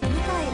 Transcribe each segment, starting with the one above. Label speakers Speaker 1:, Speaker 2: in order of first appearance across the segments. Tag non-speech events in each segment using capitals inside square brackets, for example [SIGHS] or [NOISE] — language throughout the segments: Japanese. Speaker 1: 蘭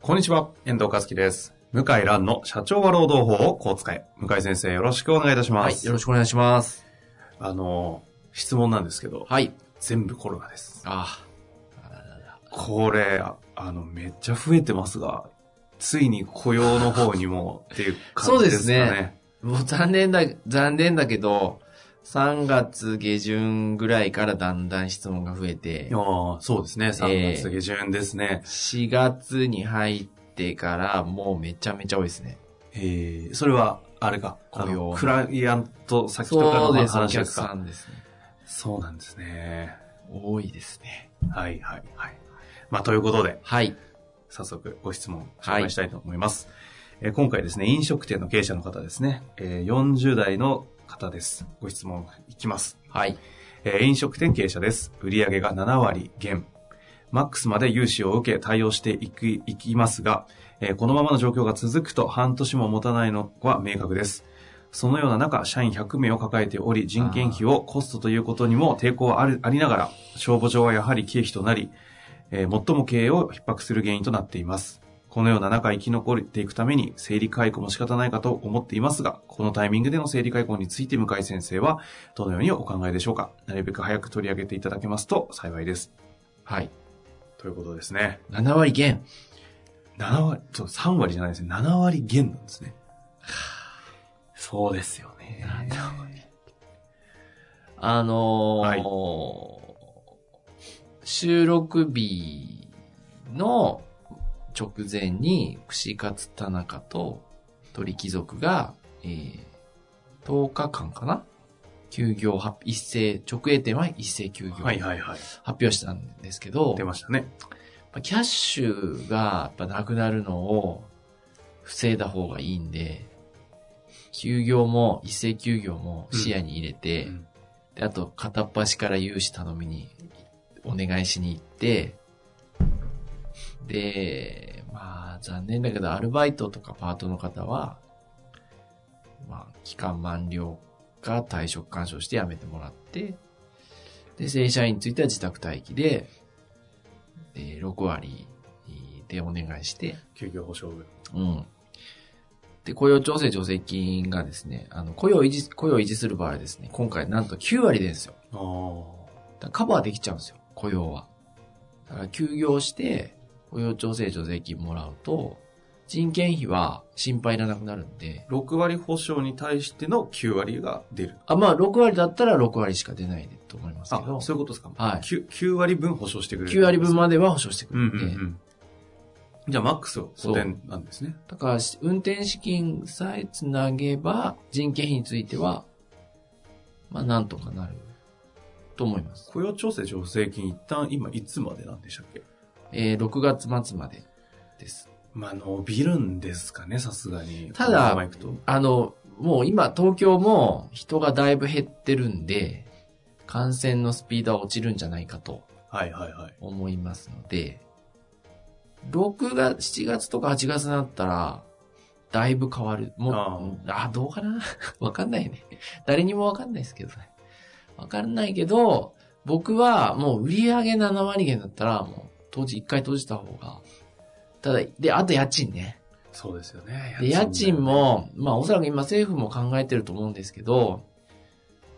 Speaker 2: こんにちは、遠藤和樹です。向井蘭の社長は労働法をこう使え。向井先生、よろしくお願いいたしま
Speaker 3: はい、
Speaker 2: す。
Speaker 3: よろしくお願いします。
Speaker 2: あの、質問なんですけど、
Speaker 3: はい。
Speaker 2: 全部コロナです。
Speaker 3: あ
Speaker 2: これ、ああの、めっちゃ増えてますが、ついに雇用の方にもっていう感じですかね。
Speaker 3: そうですあ、もう残念だ、残念だけど、3月下旬ぐらいからだんだん質問が増えて、
Speaker 2: ああそうですね。3月下旬ですね。
Speaker 3: 4月に入ってからもうめちゃめちゃ多いですね。
Speaker 2: えーそれは、あれか、あ
Speaker 3: 雇用
Speaker 2: のクライアント先とか
Speaker 3: そ
Speaker 2: の
Speaker 3: うです、お
Speaker 2: 話で
Speaker 3: 客
Speaker 2: す
Speaker 3: さ
Speaker 2: か。
Speaker 3: んですね。
Speaker 2: そうなんですね。
Speaker 3: 多いですね。
Speaker 2: はいはいはい。まあ、ということで、
Speaker 3: はい。
Speaker 2: 早速ご質問紹介したいと思います。えー今回ですね、飲食店の経営者の方ですね、えー40代の方です。ご質問いきます。
Speaker 3: はい。
Speaker 2: えー飲食店経営者です。売上が7割減。マックスまで融資を受け対応していく、いきますが、えーこのままの状況が続くと半年も持たないのは明確です。そのような中、社員100名を抱えており、人件費をコストということにも抵抗はあるありながら、帳簿上はやはり経費となり、えー最も経営を逼迫する原因となっています。このような中生き残っていくために整理解雇も仕方ないかと思っていますが、このタイミングでの整理解雇について向井先生はどのようにお考えでしょうかなるべく早く取り上げていただけますと幸いです。
Speaker 3: はい。
Speaker 2: ということですね。
Speaker 3: 7割減。
Speaker 2: 7割、そう、3割じゃないですね。7割減なんですね。 [SIGHS] そうですよ [LAUGHS] ね。
Speaker 3: あのー収録日の直前に串カツ田中と鳥貴族が、えー10日間かな休業発一斉、直営店は一斉休業
Speaker 2: はい
Speaker 3: 発
Speaker 2: はいはい。
Speaker 3: 表したんですけど、
Speaker 2: 出ましたね。
Speaker 3: まあキャッシュがやっぱなくなるのを防いだ方がいいんで、休業も、一斉休業も視野に入れて、
Speaker 2: うん
Speaker 3: で、あと、片っ端から融資頼みに、お願いしに行って、で、まあ、残念だけど、アルバイトとかパートの方は、まあ、期間満了か退職勧奨して辞めてもらって、で、正社員については自宅待機で、で、6割でお願いして、
Speaker 2: 休業保障分。
Speaker 3: うん。で、雇用調整助成金がですね、あの、雇用維持、雇用を維持する場合ですね、今回なんと9割ですよ。
Speaker 2: あ
Speaker 3: だからカバーできちゃうんですよ、雇用は。だから休業して、雇用調整助成金もらうと、人件費は心配いらなくなるんで、
Speaker 2: あ。6割保障に対しての9割が出る。
Speaker 3: あ、まあ、6割だったら6割しか出ないと思いますけ
Speaker 2: あ、
Speaker 3: ど、
Speaker 2: そういうことですか。
Speaker 3: はい
Speaker 2: 9, 9割分保障してくれる。
Speaker 3: 9割分までは保証してく
Speaker 2: う
Speaker 3: れ
Speaker 2: ん
Speaker 3: る
Speaker 2: うんん
Speaker 3: で、
Speaker 2: うん。じゃあ、マックスを補填なんですね。
Speaker 3: だから、し運転資金さえつなげば、人件費については、まあ、なんとかなると思います。
Speaker 2: 雇用調整助成金一旦今いつまでなんでしたっけ
Speaker 3: えー6月末までです。
Speaker 2: まあ、伸びるんですかね、さすがに。
Speaker 3: ただ
Speaker 2: このままいくと
Speaker 3: あの、もう今、東京も人がだいぶ減ってるんで、感染のスピードは落ちるんじゃないかと
Speaker 2: はいはいはい。
Speaker 3: 思いますので、6月、7月とか8月になったら、だいぶ変わる。もう、
Speaker 2: あ
Speaker 3: ああ、どうかな [LAUGHS] わかんないね。誰にもわかんないですけどね。わかんないけど、僕はもう売り上げ7割減だったら、もう、当時一回閉じた方が、ただ、で、あと家賃ね。
Speaker 2: そうですよね。
Speaker 3: で、家賃。も、まあおそらく今政府も考えてると思うんですけど、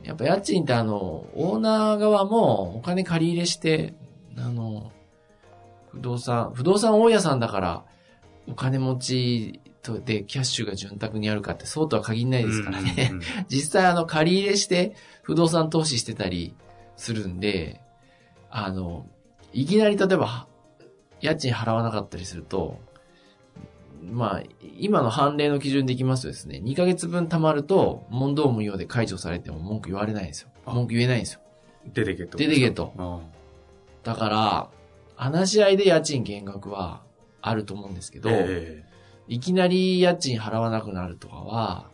Speaker 3: やっぱ家賃ってあの、オーナー側もお金借り入れして、あの、不動産、不動産大家さんだから、お金持ちとでキャッシュが潤沢にあるかってそうとは限らないですからね。
Speaker 2: うんうんうん
Speaker 3: 実際あの借り入れして不動産投資してたりするんで、あの、いきなり例えばは家賃払わなかったりすると、まあ、今の判例の基準でいきますとですね、2ヶ月分貯まると問答無用で解除されても文句言われないんですよ。
Speaker 2: あ
Speaker 3: 文句言えないんですよ。
Speaker 2: デデゲット。
Speaker 3: デデゲット
Speaker 2: うん。
Speaker 3: だから、話し合いで家賃減額はあると思うんですけど、
Speaker 2: え
Speaker 3: いきなり家賃払わなくなるとかは、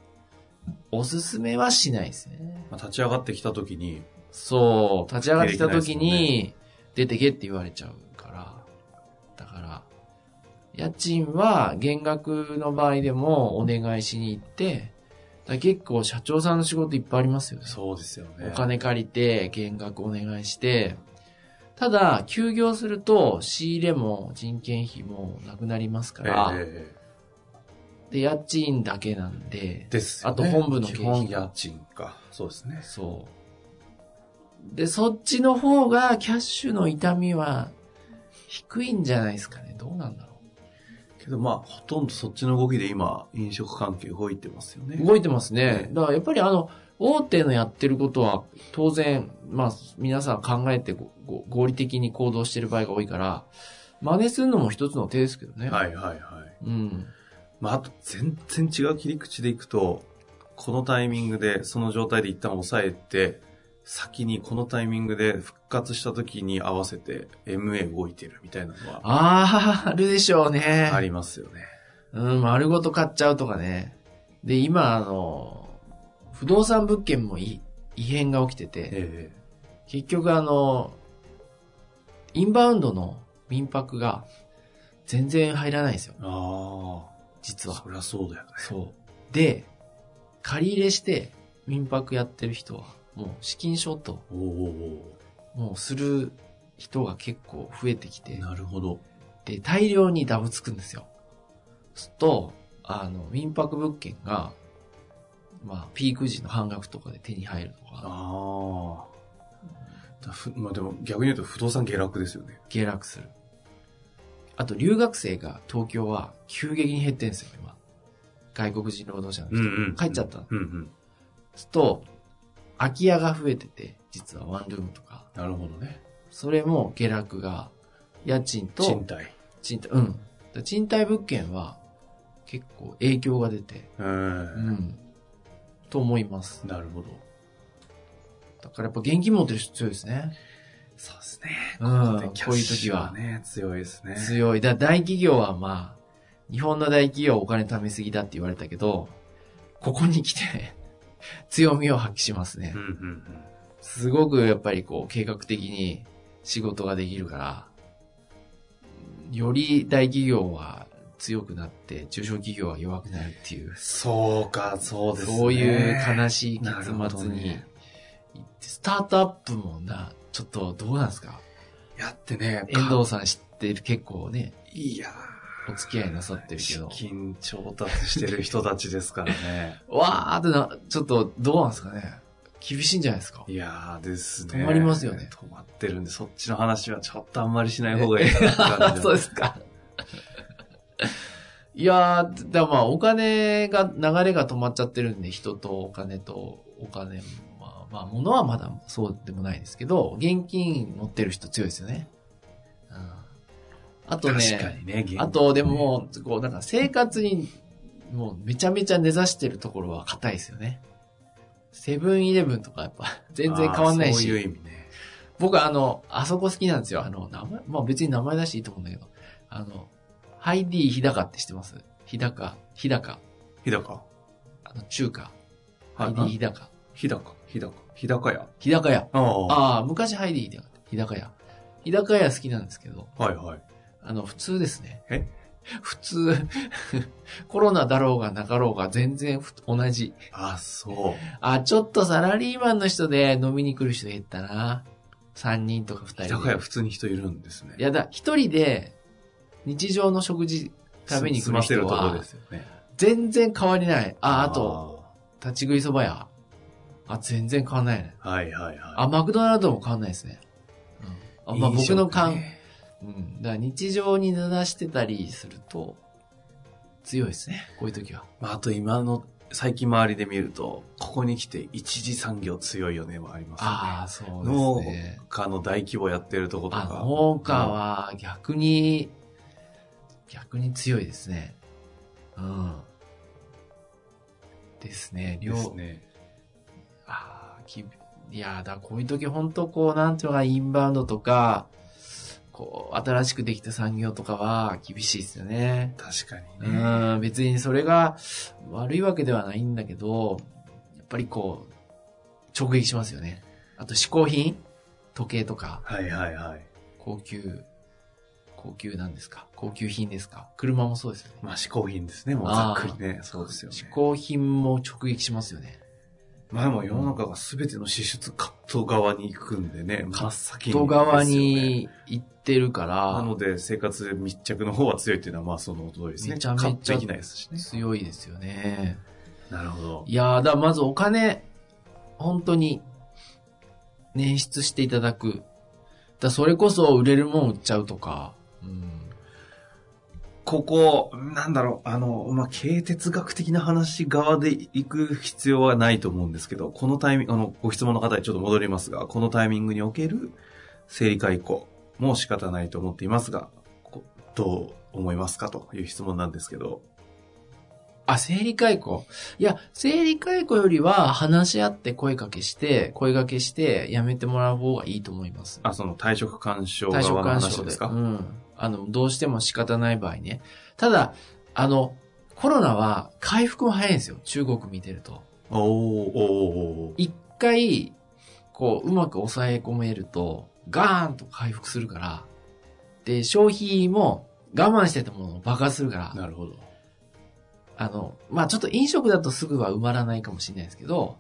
Speaker 3: おすすめはしないですね。
Speaker 2: まあ、立ち上がってきた時に、
Speaker 3: そう、立ち上がってきた時
Speaker 2: 出てき
Speaker 3: に、出てけって言われちゃうから。だから、家賃は減額の場合でもお願いしに行って、だから結構社長さんの仕事いっぱいありますよね。
Speaker 2: そうですよね。
Speaker 3: お金借りて、減額お願いして、ただ、休業すると仕入れも人件費もなくなりますか
Speaker 2: ええ
Speaker 3: ら、
Speaker 2: え
Speaker 3: で、家賃だけなんで
Speaker 2: え、ですよね。
Speaker 3: あと本部の経
Speaker 2: 基
Speaker 3: 費
Speaker 2: 本家賃か。そうですね。
Speaker 3: そう。で、そっちの方がキャッシュの痛みは低いんじゃないですかね。どうなんだろ
Speaker 2: けどまあ、ほとんどそっちの動きで今、飲食関係動いてますよね。
Speaker 3: う。動いてます
Speaker 2: え
Speaker 3: ね
Speaker 2: え。
Speaker 3: だからやっぱりあの、大手のやってることは当然、まあ皆さん考えてごご合理的に行動してる場合が多いから、真似するのも一つの手ですけどね。
Speaker 2: はいはいはい。
Speaker 3: うん。
Speaker 2: まあ、あと全然違う切り口でいくと、このタイミングで、その状態で一旦抑えて、先にこのタイミングで復活した時に合わせて MA 動いてるみたいなのは
Speaker 3: あー、あるでしょうね。
Speaker 2: ありますよね。
Speaker 3: うん、丸ごと買っちゃうとかね。で、今あの、不動産物件もい異変が起きてて、
Speaker 2: ええ
Speaker 3: 結局あの、インバウンドの民泊が全然入らないんですよ、
Speaker 2: ああ、
Speaker 3: 実は。
Speaker 2: そりゃそうだよね。
Speaker 3: そう。で、借り入れして民泊やってる人は、もう資金ショート、
Speaker 2: おーお
Speaker 3: もうする人が結構増えてき
Speaker 2: ー
Speaker 3: て、
Speaker 2: なるほど。
Speaker 3: で、大量にダブつくんですよ。すると、あの、民泊物件が、まあ、ピーク時の半額とかで手に入るとか、
Speaker 2: ああ。だふまあでも逆に言うと不動産下落ですよね。
Speaker 3: 下落する。あと、留学生が東京は急激に減ってんですよ、今。外国人労働者の人。帰っちゃった。
Speaker 2: うんうん。
Speaker 3: すると、空き家が増えてて、実はワンルームとか。
Speaker 2: なるほどね。
Speaker 3: それも下落が、家賃と
Speaker 2: 賃貸。
Speaker 3: 賃貸、うん。だから賃貸物件は結構影響が出て、
Speaker 2: う。
Speaker 3: うんん。と思います。
Speaker 2: なるほど。
Speaker 3: だからやっぱ現金持ってる人強いですね。
Speaker 2: そうですね。
Speaker 3: うん。
Speaker 2: で
Speaker 3: こ
Speaker 2: キャッ
Speaker 3: ういう
Speaker 2: シ
Speaker 3: 時
Speaker 2: ュ
Speaker 3: は。
Speaker 2: ね、強いですね。
Speaker 3: 強い。だ大企業はまあ、日本の大企業はお金貯めすぎだって言われたけど、ここに来て、 [LAUGHS] 強みを発揮しますね
Speaker 2: うん。うんうん。
Speaker 3: すごくやっぱりこう、計画的に仕事ができるから、より大企業は強くなって、中小企業は弱くなるっていう、
Speaker 2: そうか、そうですね。
Speaker 3: そういう悲しい結
Speaker 2: なるほど
Speaker 3: 末に
Speaker 2: ね、
Speaker 3: スタートアップもな、ちょっとどうなんですか
Speaker 2: やってね、
Speaker 3: 遠藤さん知ってる結構ね、
Speaker 2: いや
Speaker 3: お付き合いなさって
Speaker 2: ー
Speaker 3: るけ
Speaker 2: 資
Speaker 3: ど。
Speaker 2: 金調達してる人たちですからね。
Speaker 3: わーってな、ちょっと、どうなんですかね。厳しいん [LAUGHS] じゃないですか。
Speaker 2: いやーですね。
Speaker 3: 止まりますよね
Speaker 2: 止まってるんで、そっちの話はちょっとあんまりしない方がいいかなって感じ
Speaker 3: [LAUGHS] [LAUGHS] そうですか。いやー、だまあ、お金が、流れが止まっちゃってるんで、人とお金とお金、まあ、まあ、物はまだそうでもないですけど、現金持ってる人強いですよね。うん、あと
Speaker 2: 確か
Speaker 3: ね、
Speaker 2: にね、現金
Speaker 3: あと、でも、こう、なんか生活に、もうめちゃめちゃ根ざしてるところは硬いですよね。セブンイレブンとかやっぱ、全然変わんないし。
Speaker 2: あーそういう意味ね。
Speaker 3: 僕あの、あそこ好きなんですよ。あの、名前、まあ別に名前出していいと思うんだけど、あの、ハイディ日高って知ってます日高、日高、
Speaker 2: 日高。
Speaker 3: あの、中華。ハ
Speaker 2: は
Speaker 3: イ
Speaker 2: い
Speaker 3: ディ日高。
Speaker 2: 日高。日高。日高屋。
Speaker 3: 日高屋。
Speaker 2: ああ。は
Speaker 3: ああ、昔ハイディ日高って日高屋。日高屋好きなんですけど、
Speaker 2: いはい。
Speaker 3: あの、普通ですね。
Speaker 2: え
Speaker 3: 普通、 [LAUGHS] コロナだろうがなかろうが全然ふ同じ。
Speaker 2: あ、そう。
Speaker 3: あ、ちょっとサラリーマンの人で飲みに来る人減ったな。3人とか2人で。
Speaker 2: 日高屋普通に人いるんですね。
Speaker 3: いやだ、一人で日常の食事食べに来
Speaker 2: 済
Speaker 3: る
Speaker 2: ませる
Speaker 3: 人
Speaker 2: ところ
Speaker 3: は
Speaker 2: ですよね。
Speaker 3: 全然変わりない。あ、あと、。立ち食いそば屋。あ、全然変わんないね。
Speaker 2: はいはいはい。
Speaker 3: あ、マクドナルドも変わんないですね。うん、あまあ
Speaker 2: いい
Speaker 3: 僕
Speaker 2: じゃん
Speaker 3: の感、うん。だから日常に濡らしてたりすると、強いですね。こういう時は。
Speaker 2: まあ、あと今の、最近周りで見ると、ここに来て一次産業強いよねはありますよね。
Speaker 3: ああ、そうですね。
Speaker 2: 農家の大規模やってるとこと
Speaker 3: あ
Speaker 2: か。
Speaker 3: 農家は逆に、逆に強いですね。うん。ですね。
Speaker 2: うん。
Speaker 3: 両、
Speaker 2: ですね。
Speaker 3: ああ、きいやーだ、こういう時本当こう、なんていうのかな、インバウンドとか、こう、新しくできた産業とかは厳しいですよね。
Speaker 2: 確か
Speaker 3: う
Speaker 2: にね。
Speaker 3: ん、別にそれが悪いわけではないんだけど、やっぱりこう、直撃しますよね。あと、嗜好品時計とか、
Speaker 2: はいはいはい。
Speaker 3: 高級、高級なんですか高級品ですか車もそうですよね。
Speaker 2: まあ、嗜好品ですね。もうざっくりね。そうですよね。
Speaker 3: 嗜好品も直撃しますよね。
Speaker 2: まあでも世の中が全ての支出カット側に行くんでね、真っ先に、
Speaker 3: 外側。に行ってるか
Speaker 2: な
Speaker 3: ら、
Speaker 2: ので生活密着の方は強いっていうのはまあその通りですね。
Speaker 3: めちゃめちゃ
Speaker 2: カットできないですしね。
Speaker 3: 強いですよね。
Speaker 2: なるほど。
Speaker 3: いやー、だからまずお金、本当に、捻出していただく。だそれこそ売れるもん売っちゃうとか、うん。
Speaker 2: ここ、なんだろう、あの、まあ、経営哲学的な話側で行く必要はないと思うんですけど、このタイミング、あの、ご質問の方にちょっと戻りますが、このタイミングにおける生理解雇も仕方ないと思っていますが、こどう思いますかという質問なんですけど、
Speaker 3: あ、生理解雇。いや、生理解雇よりは話し合って声かけして、声掛けしてやめてもらう方がいいと思います。
Speaker 2: あ、その退職干渉側
Speaker 3: 対象
Speaker 2: の
Speaker 3: 干
Speaker 2: 話
Speaker 3: 渉
Speaker 2: で
Speaker 3: ですす
Speaker 2: か
Speaker 3: か。うん。あの、どうしても仕方ない場合ね。ただ、あの、コロナは回復も早いんですよ。中国見てると。
Speaker 2: おーおーおーおー
Speaker 3: 一回、こう、うまく抑え込めると、ガーンと回復するから、で、消費も我慢してたものを爆発するから、
Speaker 2: なるほど。
Speaker 3: あの、まあちょっと飲食だとすぐは埋まらないかもしれないですけど、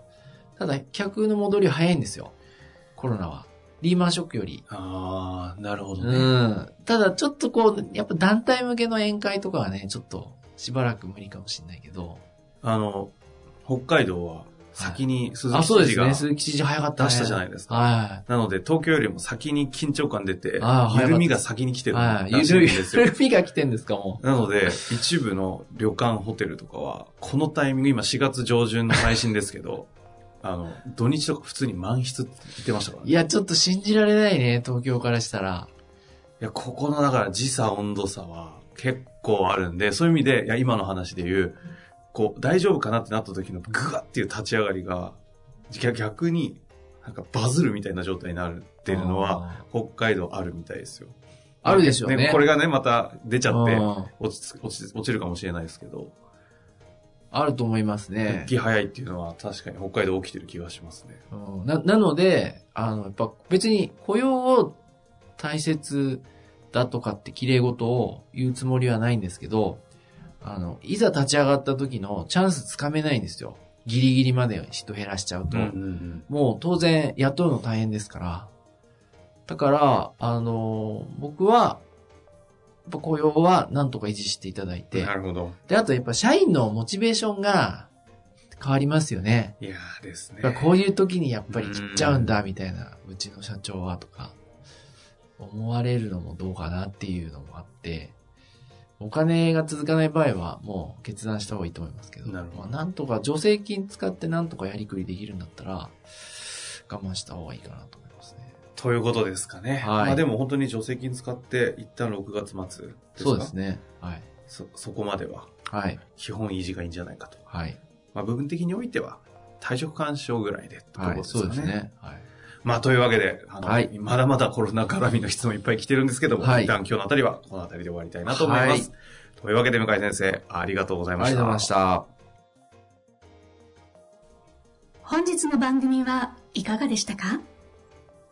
Speaker 3: ただ客の戻りは早いんですよ。コロナは。リーマンショックより。
Speaker 2: ああ、なるほどね。
Speaker 3: うん。ただちょっとこう、やっぱ団体向けの宴会とかはね、ちょっとしばらく無理かもしれないけど。
Speaker 2: あの、北海道は先に鈴木
Speaker 3: あ、そう
Speaker 2: 知
Speaker 3: で
Speaker 2: 事
Speaker 3: す
Speaker 2: が、
Speaker 3: ね。鈴木知事早かったね。
Speaker 2: 出したじゃないですか
Speaker 3: は
Speaker 2: なので東京よりも先に緊張感出て
Speaker 3: あー早かっ、た
Speaker 2: 緩みが先に来て
Speaker 3: い。
Speaker 2: る
Speaker 3: は
Speaker 2: ら
Speaker 3: い。ゆ
Speaker 2: しいん
Speaker 3: る
Speaker 2: ですよ。
Speaker 3: ゆるみが来てんですか、もう。
Speaker 2: なので、一部の旅館、ホテルとかは、このタイミング、今4月上旬の配信ですけ
Speaker 3: [LAUGHS]
Speaker 2: ど、あの、土日とか普通に満室って言ってましたからね。
Speaker 3: いや、ちょっと信じられないね、東京からしたら。
Speaker 2: いや、ここの、だから時差、温度差は結構あるんで、そういう意味で、いや、今の話で言う、こう、大丈夫かなってなった時のグワッっていう立ち上がりが、逆逆に、なんかバズるみたいな状態になるっていうのは、
Speaker 3: は、
Speaker 2: 北海道あるみたいですよ。
Speaker 3: あるでしょうね。
Speaker 2: これがね、また出ちゃって
Speaker 3: う、ん
Speaker 2: 落ち着落ち着落ちるかもしれないですけど、
Speaker 3: あると思いますね
Speaker 2: 復。帰早いっていうのは確かに北海道起きてる気がしますね。
Speaker 3: うんな、なので、あの、やっぱ別に雇用を大切だとかって綺麗事を言うつもりはないんですけど、あの、いざ立ち上がった時のチャンスつかめないんですよ。ギリギリまで人減らしちゃうと。もう当然雇うの大変ですから。だから、あの、僕は、やっぱ雇用はなんとか維持していただいて
Speaker 2: な、るほど。
Speaker 3: で、あとやっぱ社員のモチベーションが変わりますよね。
Speaker 2: いやーですね。
Speaker 3: やっぱこういう時にやっぱり切っちゃうんだみたいな、うちの社長はとか、思われるのもどうかなっていうのもあって、お金が続かない場合はもう決断した方がいいと思いますけど、
Speaker 2: なるほど
Speaker 3: まあなんとか助成金使ってなんとかやりくりできるんだったら、我慢した方がいいかなと思いますね。
Speaker 2: ということですかね。
Speaker 3: はい
Speaker 2: まあでも本当に助成金使って、一旦6月末ですか
Speaker 3: そうですね。はい。
Speaker 2: そ、そこまでは
Speaker 3: はい。
Speaker 2: 基本維持がいいんじゃないかと。
Speaker 3: はい。
Speaker 2: まあ部分的においては、退職干渉ぐらいでってところ
Speaker 3: は
Speaker 2: で
Speaker 3: い。
Speaker 2: すかね。
Speaker 3: そうですね。はい。
Speaker 2: まあというわけで、あの、
Speaker 3: はい
Speaker 2: まだまだコロナ絡みの質問いっぱい来てるんですけども、
Speaker 3: はい
Speaker 2: 一旦今日のあたりはこのあたりで終わりたいなと思います。というわけで向井先生、ありがとうござ
Speaker 3: あ
Speaker 2: い
Speaker 3: り
Speaker 2: ま
Speaker 3: が
Speaker 2: し
Speaker 3: とう
Speaker 2: た。
Speaker 3: ございました。
Speaker 4: 本日の番組はいかがでしたか